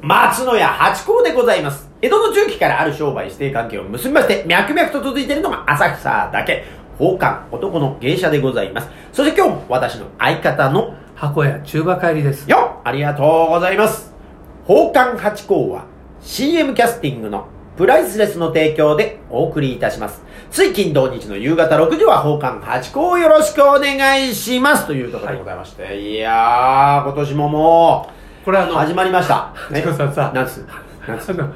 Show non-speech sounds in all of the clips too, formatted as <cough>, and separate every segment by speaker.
Speaker 1: 松野屋八甲でございます。江戸の中期からある商売指定関係を結びまして、脈々と続いているのが浅草だけ、宝冠男の芸者でございます。そして今日も私の相方の
Speaker 2: 箱屋中馬帰りです。
Speaker 1: よありがとうございます。宝冠八甲は CM キャスティングのプライスレスの提供でお送りいたします。つい金土日の夕方6時は宝冠八甲をよろしくお願いします。ということでございまして。い、やー、今年もも
Speaker 2: これあ
Speaker 1: う、
Speaker 2: の、
Speaker 1: 始まりました。
Speaker 2: 八甲さんさ
Speaker 1: なんつなんつ
Speaker 2: あの、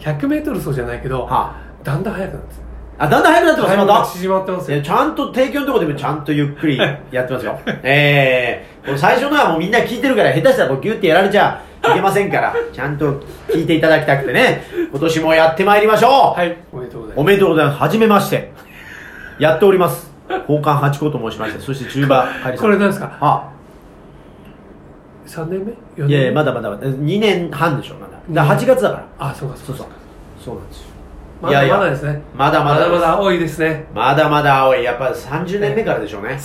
Speaker 2: 100メートル走じゃないけど、
Speaker 1: は
Speaker 2: だんだん速くなって
Speaker 1: あ、だんだん早くなってます、ま
Speaker 2: ま
Speaker 1: た
Speaker 2: た。縮まってます
Speaker 1: いや
Speaker 2: よ。
Speaker 1: ちゃんと提供のとこでもちゃんとゆっくりやってますよ。ええこの最初のはもうみんな聞いてるから下手したらこうギュッてやられちゃいけません
Speaker 2: <laughs>
Speaker 1: から、ちゃんと聞いていただきたくてね、今年もやってまいりましょう、
Speaker 2: はい、おめでとうござい
Speaker 1: お
Speaker 2: ま
Speaker 1: めでとうございます。はじめまして。やっております。交換八甲と申しまして、そして中馬帰り
Speaker 2: す。
Speaker 1: さ
Speaker 2: こ
Speaker 1: ん。
Speaker 2: れなんですか
Speaker 1: あ、
Speaker 2: ?3 年目 ?4 年目
Speaker 1: いやいや、まだまだまだ、2年半でしょ、まだ。だから8月だから。
Speaker 2: あ、そうか、そう
Speaker 1: そ
Speaker 2: か。
Speaker 1: うそうなんですよ。
Speaker 2: ま
Speaker 1: いや
Speaker 2: だ
Speaker 1: いや
Speaker 2: まだですね。
Speaker 1: まだまだ
Speaker 2: ま
Speaker 1: です
Speaker 2: だまだ多いですね。
Speaker 1: まだまだ青い。やっぱ30年目からでしょうね。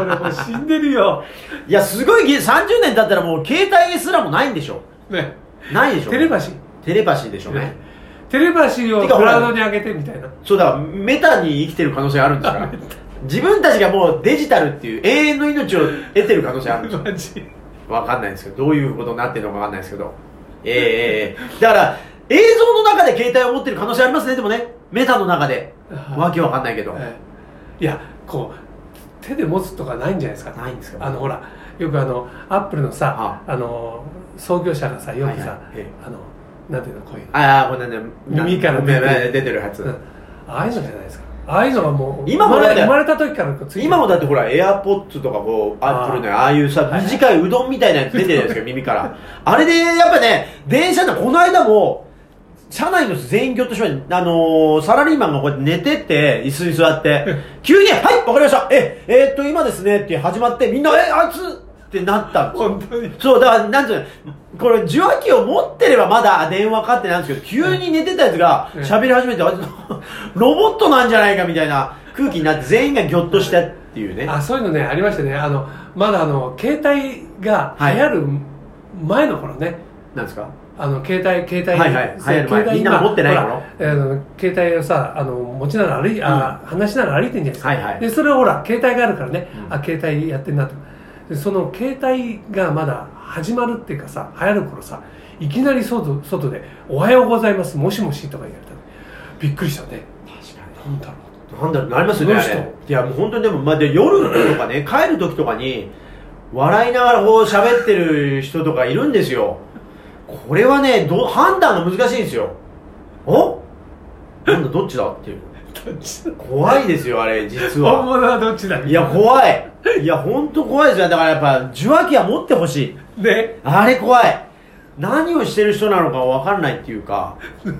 Speaker 2: 俺もう死んでるよ。
Speaker 1: <laughs> いや、すごいぎ、30年経ったらもう携帯すらもないんでしょ。
Speaker 2: ね。
Speaker 1: ないでしょ。
Speaker 2: テレパシー。
Speaker 1: テレパシーでしょうね。
Speaker 2: テレパシーを
Speaker 1: て
Speaker 2: ク
Speaker 1: かほら
Speaker 2: ラウドに上げてみたいな。
Speaker 1: そうだ、メタに生きてる可能性あるんです <laughs> から。自分たちがもうデジタルっていう永遠の命を得てる可能性あるん <laughs> ですよ。
Speaker 2: マジ。
Speaker 1: わかんないですけど、どういうことになってるのかわかんないですけど。 <laughs> ええええええだから、映像の中で携帯を持ってる可能性ありますね、でもね。メタの中で。 <laughs>
Speaker 2: はい
Speaker 1: わけわかんないけど。
Speaker 2: ええいや、こう、手で持つとかないんじゃないですか。
Speaker 1: ないんですか
Speaker 2: あのほらよくあのアップルのさ、
Speaker 1: は
Speaker 2: あの創業者がさよ
Speaker 1: は
Speaker 2: くさ、
Speaker 1: いはいええ
Speaker 2: あのなんていうのこういうの、
Speaker 1: ああ、これね、
Speaker 2: 耳から
Speaker 1: 出
Speaker 2: 出
Speaker 1: て
Speaker 2: て
Speaker 1: る
Speaker 2: る
Speaker 1: 出てるやつ。
Speaker 2: うんああいうのじゃないですかああいうのはもう
Speaker 1: 今もだっ
Speaker 2: 生ま
Speaker 1: て
Speaker 2: れ生まれた時からこうついてる
Speaker 1: 今もだってほら、エアポッツとかこう、アップルのああいうさ、短いうどんみたいなやつ出てるじゃないですか、耳から。あれで、やっぱね、電車で、この間も、車内の全員ぎょっとしました。あのー、サラリーマンがこうやって寝てって、椅子に座
Speaker 2: <laughs>
Speaker 1: って、急に、はい、わかりました、え、えーっと、今ですね、って始まって、みんな、え、あいつってなったんですよ
Speaker 2: 本当に
Speaker 1: そう、だから、なんつうの、これ、受話器を持ってればまだ電話かってなんですけど、急に寝てたやつが
Speaker 2: うん
Speaker 1: 喋り始めて、あ <laughs> いつロボットなんじゃないかみたいな空気になって、全員がぎょっとしたっていうね。
Speaker 2: あそういうのねありましたねあのまだあの携帯が流行る前の頃ね、
Speaker 1: なんですか
Speaker 2: あの携帯携帯、
Speaker 1: はいはい
Speaker 2: そう
Speaker 1: 流行る前
Speaker 2: 携帯
Speaker 1: みんなが持ってない頃
Speaker 2: ほらあの携帯をさあの持ちながら歩い、あ話しながら歩いてんじゃないですか、
Speaker 1: はいはい
Speaker 2: でそれをほら携帯があるからね、
Speaker 1: うん
Speaker 2: あ携帯やってんなとでその携帯がまだ始まるっていうかさ流行る頃さいきなり外外で「おはようございますもしもし」とか言われたのびっくりしたね
Speaker 1: 確
Speaker 2: なんだろ
Speaker 1: かに。なんだろう、なりますよね。
Speaker 2: どう
Speaker 1: あ
Speaker 2: した
Speaker 1: れいや、もう本当にでも、まあ、で夜とかね、帰る時とかに、笑いながらこう喋ってる人とかいるんですよ。これはね、ど判断が難しいんですよ。おなんだ、どっちだっていう。
Speaker 2: うどっちだ
Speaker 1: 怖いですよ、あれ、実は。
Speaker 2: 本物はどっちだ
Speaker 1: いや、怖い。いや、ほんと怖いですよ。だからやっぱ、受話器は持ってほしい。
Speaker 2: で
Speaker 1: あれ怖い。何をしてる人なのかわかんないっていうか。
Speaker 2: <laughs>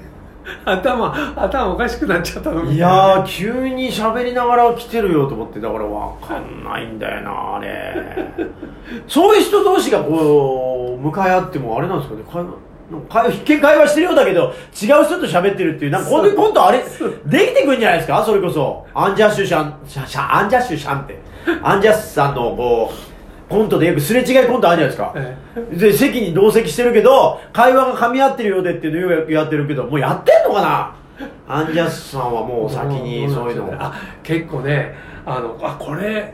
Speaker 2: 頭頭おかしくなっちゃったの
Speaker 1: いやー、急に喋りながら来てるよと思って、だからわかんないんだよな、あれ。そういう人同士がこう、向かい合っても、あれなんですかね、会話。なんか会話一見会話してるようだけど、違う人と喋ってるっていう、なんかこういうコントあれ、できてくんじゃないですかそれこそ。アンジャッシュシャン、シャシャ、アンジャッシュシャンって。アンジャッシュさんのこう、コントでよくすれ違いコントあるじゃない
Speaker 2: え
Speaker 1: ですか。で、席に同席してるけど、会話が噛み合ってるようでっていうのよくやってるけど、もうやってんのかなアンジャッシュさんはもう先にそういうの。
Speaker 2: あ結構ねあのあこれ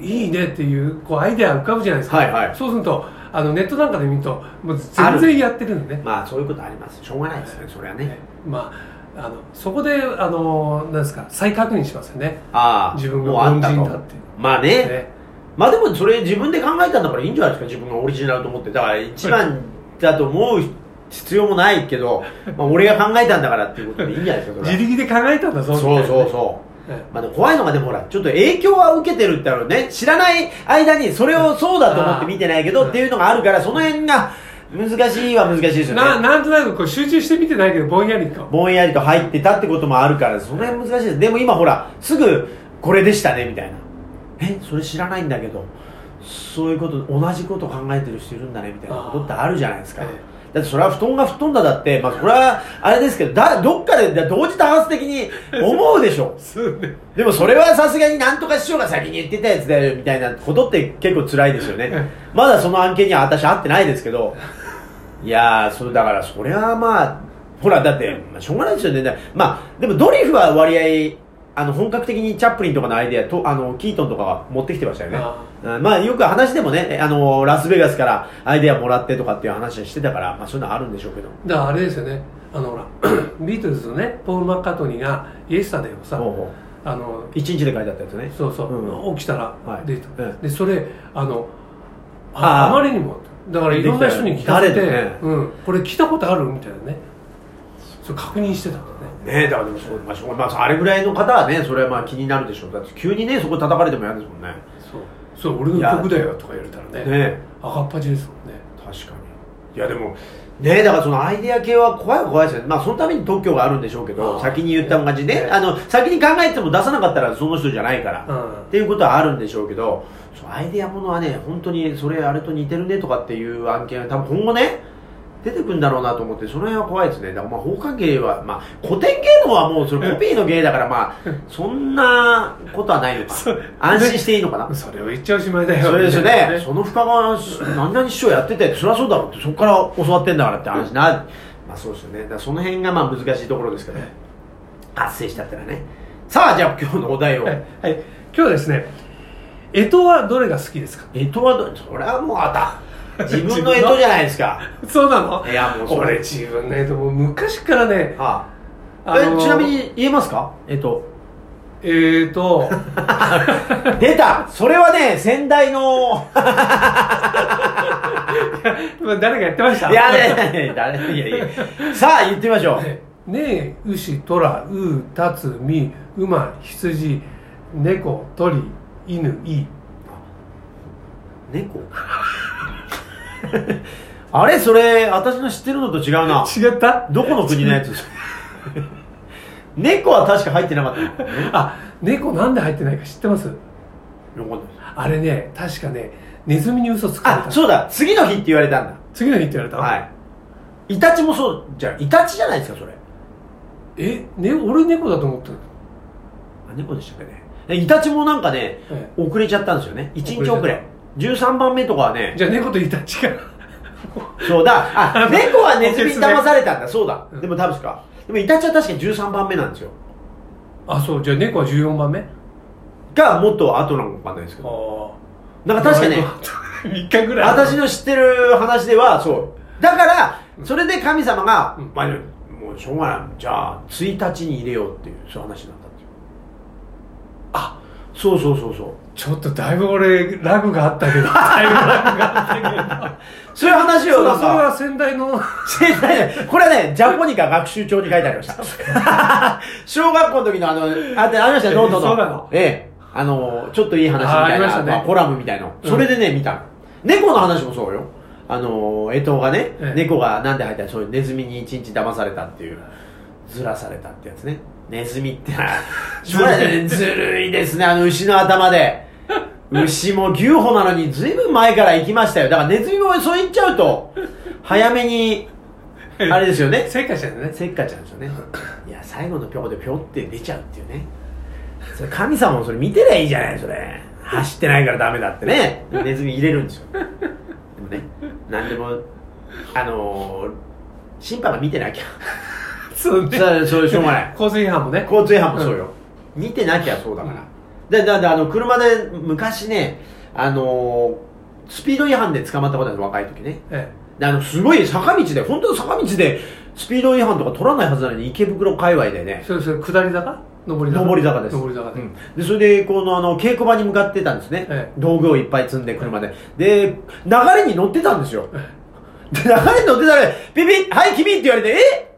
Speaker 2: いいねっていうこうアイデア浮かぶじゃないですか、
Speaker 1: はいはい
Speaker 2: そうするとあのネットなんかで見るともう
Speaker 1: ある
Speaker 2: 全然やってるのね
Speaker 1: まあそういうことあります。しょうがないですね、それはね。
Speaker 2: まああのそこであのなんですか再確認しますよね
Speaker 1: ああ、
Speaker 2: 自分が
Speaker 1: もうあ
Speaker 2: 凡
Speaker 1: った
Speaker 2: 人
Speaker 1: と
Speaker 2: だって
Speaker 1: まあね。
Speaker 2: ね
Speaker 1: まあでもそれ自分で考えたんだからいいんじゃないですか自分がオリジナルと思ってだから一番だと思う必要もないけど、まあ、俺が考えたんだからっていうことでいいんじゃないですかそ
Speaker 2: 自
Speaker 1: れ
Speaker 2: 力で考えたんだぞ
Speaker 1: はそうそう
Speaker 2: う
Speaker 1: そうまあ、でも怖いのがでもほらちょっと影響は受けてるってあるね知らない間にそれをそうだと思って見てないけどっていうのがあるからその辺が難しいは難しいですよ
Speaker 2: な
Speaker 1: ね
Speaker 2: なんとなくこう集中して見てないけどぼんやりか
Speaker 1: ぼんやりと入ってたってこともあるからその辺難しいですでも今ほらすぐこれでしたねみたいなえそれ知らないんだけどそういうこと同じこと考えてる人いるんだねみたいなことってあるじゃないですか
Speaker 2: え
Speaker 1: だってそれは布団が吹っ飛んだだって、まあ、これはあれですけどだどっかでだ同時多発的に思うでしょ
Speaker 2: そうね
Speaker 1: でもそれはさすがになんとか師匠が先に言ってたやつだよみたいなことって結構辛いですよね <laughs> まだその案件には私会ってないですけどいやーそうだからそれはまあほらだって、まあ、しょうがないですよねだまあでもドリフは割合あの本格的にチャップリンとかのアイデアとあのキートンとかが持ってきてましたよね
Speaker 2: あ
Speaker 1: うんまあよく話でもねあのラスベガスからアイデアもらってとかっていう話してたから、まあ、そういうのはあるんでしょうけど
Speaker 2: だからあれですよねあのほら <clears throat> ビートルズのねポール・マッカートニーが「イエスタデー」をさ
Speaker 1: ほうほ
Speaker 2: あの
Speaker 1: う一日で書いてあったやつね
Speaker 2: そうそう、
Speaker 1: う
Speaker 2: 起きたら
Speaker 1: はい
Speaker 2: 出てた、
Speaker 1: うん
Speaker 2: でそれあの
Speaker 1: あ
Speaker 2: あ
Speaker 1: ー
Speaker 2: あまりにもだからいろんな人に聞かせて、
Speaker 1: できたよね
Speaker 2: うん、これ聞いたことあるみたいなねそれ確認してたんだね
Speaker 1: ねえだからでもそう、まあしょうまあ、あれぐらいの方はねそれはまあ気になるでしょうだって急にねそこ叩かれても嫌ですもんねね
Speaker 2: そうそれ俺の曲だよとか言われたらね
Speaker 1: え
Speaker 2: 赤っ端ですもんね
Speaker 1: 確かにいやでもねえだからそのアイデア系は怖いは怖いですよねまあそのために特許があるんでしょうけ
Speaker 2: あ
Speaker 1: ど
Speaker 2: あ
Speaker 1: 先に言った感じで、
Speaker 2: ね
Speaker 1: あの先に考えても出さなかったらその人じゃないから、
Speaker 2: うん
Speaker 1: っていうことはあるんでしょうけどそうアイデアものはね本当にそれあれと似てるねとかっていう案件は多分今後ね出てくるんだろうなと思ってその辺は怖いですねだからまあ法関係は、まあ、古典芸能はもうそれコピーの芸だからまあそんなことはないのか
Speaker 2: そう
Speaker 1: 安心していいのかな
Speaker 2: それを言っちゃおしまいだよ
Speaker 1: それですよ
Speaker 2: みたいな
Speaker 1: ねその深川し何々師匠やっててそりゃそうだろうってそこから教わってんだからって話なまあそうですよねだからその辺がまあ難しいところですけど発生したってのはねさあじゃあ今日のお題を、
Speaker 2: はい、はい、今日はですね干支はどれが好きですか
Speaker 1: 干支はどそれはもうあた自分の干支じゃないですか
Speaker 2: そうなの
Speaker 1: いやもうそ
Speaker 2: 俺
Speaker 1: れ
Speaker 2: 自分の干支もう昔からね
Speaker 1: はあ、
Speaker 2: あのー
Speaker 1: えちなみに言えますかえっと
Speaker 2: えーと
Speaker 1: 出たそれはね先代の
Speaker 2: 誰かやって <laughs> ました
Speaker 1: いやね誰いやいやさあ言ってみましょう
Speaker 2: ねえ、牛、虎、う、たつ、み、馬、羊、猫、鳥、犬、い。
Speaker 1: 猫 <laughs> あれそれ私の知ってるのと違うな
Speaker 2: 違った
Speaker 1: どこの国のやつ猫は確か入ってなかったのよ
Speaker 2: あ、猫なんで入ってないか知ってます
Speaker 1: かったです
Speaker 2: あれね、確かね、ネズミに嘘つかれた。
Speaker 1: あそうだ次の日って言われたん
Speaker 2: 次の日って言われ
Speaker 1: だ
Speaker 2: た、
Speaker 1: はいイタチもそうじゃんイタチじゃないですかそれ
Speaker 2: え、ね、俺猫だと思ったの、
Speaker 1: あ猫でしたっけねえイタチもなんかね
Speaker 2: え
Speaker 1: 遅れちゃったんですよね1日遅
Speaker 2: 遅れ
Speaker 1: れ13番目とかは
Speaker 2: え
Speaker 1: ね
Speaker 2: じゃあ猫とイタチが。
Speaker 1: そうだあ猫はネズミに
Speaker 2: 補欠ね
Speaker 1: 騙されたんだそうだ
Speaker 2: うん
Speaker 1: でも多分ですかでもイタチは確かに13番目なんですよ
Speaker 2: あ、そう、じゃあ猫は14番目あ
Speaker 1: がもっと後なのかわかんないですけど
Speaker 2: あ。
Speaker 1: なんか確
Speaker 2: <laughs>
Speaker 1: かね
Speaker 2: 3日ぐらい。
Speaker 1: 私の知ってる話ではそうだからそれで神様が、
Speaker 2: うん
Speaker 1: まあ、もうしょうがないじゃあ1日に入れようっていうそういう話になったんですよ
Speaker 2: あ
Speaker 1: そうそうそうそう
Speaker 2: ちょっとだいぶ俺、ラグがあったけど、だいぶラグがあった
Speaker 1: そういう話
Speaker 2: けど。
Speaker 1: を
Speaker 2: そう
Speaker 1: なん
Speaker 2: だ、それ
Speaker 1: か
Speaker 2: は先代の。 <laughs>
Speaker 1: 正解じゃないこれはね、ジャポニカ学習帳に書いてありました。小学校の時のあの、あってありましたよ、ノートの。
Speaker 2: そうなの
Speaker 1: ええ。あの、ちょっといい話み
Speaker 2: あーあ
Speaker 1: たい
Speaker 2: りまし
Speaker 1: な、
Speaker 2: たね
Speaker 1: あコラムみたいの。
Speaker 2: うん
Speaker 1: それでね、見たの。猫の話もそうよ。あの、江藤がね、
Speaker 2: ええ
Speaker 1: 猫がなんで入ったらそういうネズミに一日騙されたっていう、ずらされたってやつね。ネズミって、それねずるいですね、あの牛の頭で。牛も牛歩なのにずいぶん前から行きましたよ。だからネズミもそう言っちゃうと、早めに、あれですよね。
Speaker 2: 正解したよね。
Speaker 1: せっかちなんですよね。いや、最後のピョコでピョって出ちゃうっていうね。それ神様もそれ見てりゃいいじゃない、それ。走ってないからダメだってね。ネズミ入れるんですよ。でもね、なんでも、あのー、審判が見てなきゃ。
Speaker 2: そうね。
Speaker 1: それ、それしょうがない。
Speaker 2: 交通違反もね。
Speaker 1: 交通違反もそうよ、見てなきゃそうだから、でだであの車で昔ねあのースピード違反で捕まったことある若い時ね
Speaker 2: え
Speaker 1: であのすごい坂道で本当に坂道でスピード違反とか取らないはずなのに池袋界隈で
Speaker 2: え、
Speaker 1: ね
Speaker 2: それそれ下り坂上り坂
Speaker 1: 上り坂です
Speaker 2: 上り坂で、
Speaker 1: うんでそれでこのあの稽古場に向かってたんですね、
Speaker 2: ええ
Speaker 1: 道具をいっぱい積んで車で、で流れに乗ってたんですよ、
Speaker 2: え
Speaker 1: で、流れに乗ってたら、ピピはい、君って言われて、え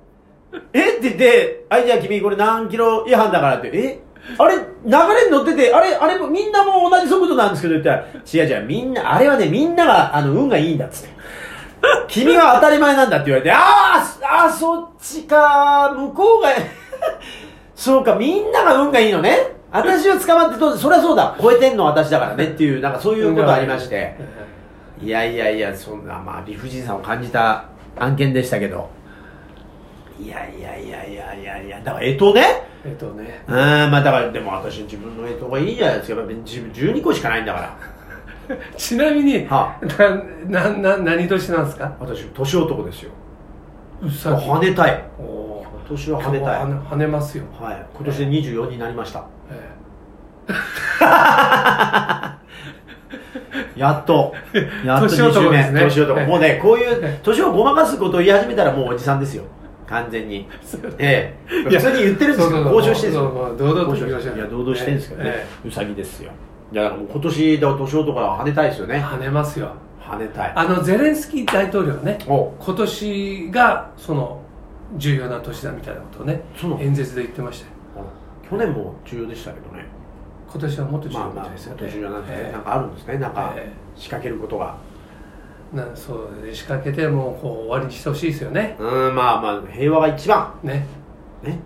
Speaker 1: えって言って、はい、じゃあ君、これ何キロ違反だからって、えあれ、流れに乗ってて、あれ、あれ、みんなもう同じ速度なんですけど、言ったら、違う違う、みんな、あれはね、みんなが、あの、運がいいんだっつって。 <laughs> 君は当たり前なんだって言われて、あーあー、そっちか、向こうが、 <laughs> そうか、みんなが運がいいのね。私は捕まってどうそりゃそうだ、超えてんの私だからねっていう、なんかそういうことありまして。
Speaker 2: え
Speaker 1: いやいやいや、そんな、まあ、理不尽さを感じた案件でしたけどいやいやいやいやいやいやだからえとね
Speaker 2: えっとね
Speaker 1: うんまあだからでも私自分のえとがいいじゃないですかやっぱ自分12個しかないんだから
Speaker 2: ちなみに、
Speaker 1: は
Speaker 2: ななな何年なんですか
Speaker 1: 私年男ですよ
Speaker 2: うさぎ
Speaker 1: 跳ねたい
Speaker 2: おお
Speaker 1: 今年は跳ねたい
Speaker 2: 跳ね跳ねますよ、
Speaker 1: はい今年で24になりました
Speaker 2: え
Speaker 1: やっ
Speaker 2: <laughs>
Speaker 1: とやっと
Speaker 2: 年男
Speaker 1: 20
Speaker 2: です
Speaker 1: 年
Speaker 2: ね
Speaker 1: 年男
Speaker 2: <laughs> はい
Speaker 1: もうねこういう年をごまかすことを言い始めたらもうおじさんですよ完全にええ
Speaker 2: いや
Speaker 1: 普通に言って
Speaker 2: え
Speaker 1: るんですけど交渉してるんですよ
Speaker 2: そうそう堂々と行きましょう
Speaker 1: いや堂々してるんですけどね、
Speaker 2: え
Speaker 1: うさぎですよいやだからもう今年だ年男は跳ねたいですよ
Speaker 2: え
Speaker 1: ね
Speaker 2: 跳ねますよ
Speaker 1: 跳ねたい
Speaker 2: あのゼレンスキー大統領ね
Speaker 1: お
Speaker 2: 今年がその重要な年だみたいなことをね
Speaker 1: そうなの
Speaker 2: 演説で言ってましたよ
Speaker 1: 去年も重要でしたけどね
Speaker 2: 今年はもっと重
Speaker 1: まあ
Speaker 2: 要
Speaker 1: まあ
Speaker 2: ですよ
Speaker 1: 今
Speaker 2: ね、
Speaker 1: 年重要なんですね、
Speaker 2: え
Speaker 1: なんかあるんですねなんか
Speaker 2: え
Speaker 1: 仕掛けることが、
Speaker 2: えなんそうで仕掛けてもうこう終わりにしてほしいですよね
Speaker 1: うんまあまあ平和が一番
Speaker 2: ね
Speaker 1: ね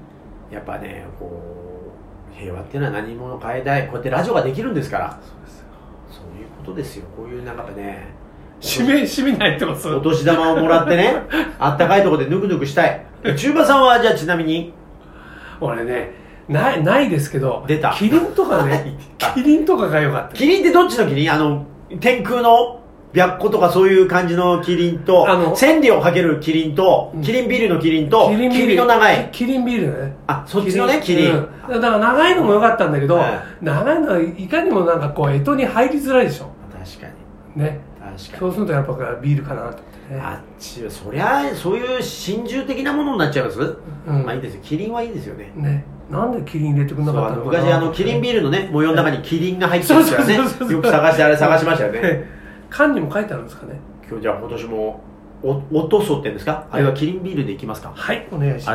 Speaker 1: やっぱねこう平和っていうのは何も変えないこうやってラジオができるんですから
Speaker 2: そうですよ
Speaker 1: そういうことですよこういうなんかやっぱね
Speaker 2: 締め締めないってます
Speaker 1: お年玉をもらって
Speaker 2: <laughs>
Speaker 1: ねあったかいところでぬくぬくしたい中馬さんはじゃあちなみに
Speaker 2: 俺ねないないですけど
Speaker 1: 出た
Speaker 2: キリンとか
Speaker 1: <laughs>
Speaker 2: ねキリンとかが良かった
Speaker 1: キリンってどっちのキリンあの天空の白虎とかそういう感じのキリンと
Speaker 2: あの
Speaker 1: 千里をかけるキリンと
Speaker 2: うん
Speaker 1: キリンビルのキリンと
Speaker 2: ビール
Speaker 1: キリンの長い
Speaker 2: キリンビールね
Speaker 1: あそっちのねキリン、
Speaker 2: うんだから長いのも良かったんだけど、
Speaker 1: は
Speaker 2: 長いのはいかにもなんかこう江戸に入りづらいでしょ
Speaker 1: 確かに
Speaker 2: ね
Speaker 1: 確か
Speaker 2: そ
Speaker 1: に
Speaker 2: うするとやっぱビールかなと思ってね
Speaker 1: あっちはそりゃそういう真珠的なものになっちゃいます、
Speaker 2: うん
Speaker 1: まあいいですよキリンはいいですよね
Speaker 2: ねなんでキリン入れてくれ
Speaker 1: そ
Speaker 2: な
Speaker 1: うあ
Speaker 2: かった
Speaker 1: の
Speaker 2: のかな
Speaker 1: 昔あのキリンビールのね模様の中にキリンが入ってるからね
Speaker 2: そうそうそうそう
Speaker 1: よく探してあれ探しましたよね
Speaker 2: ね缶にも書いてあるんですかね
Speaker 1: 今日じゃあ今年もおおとそってんですかあれはキリンビールでいきますか
Speaker 2: はいお願いします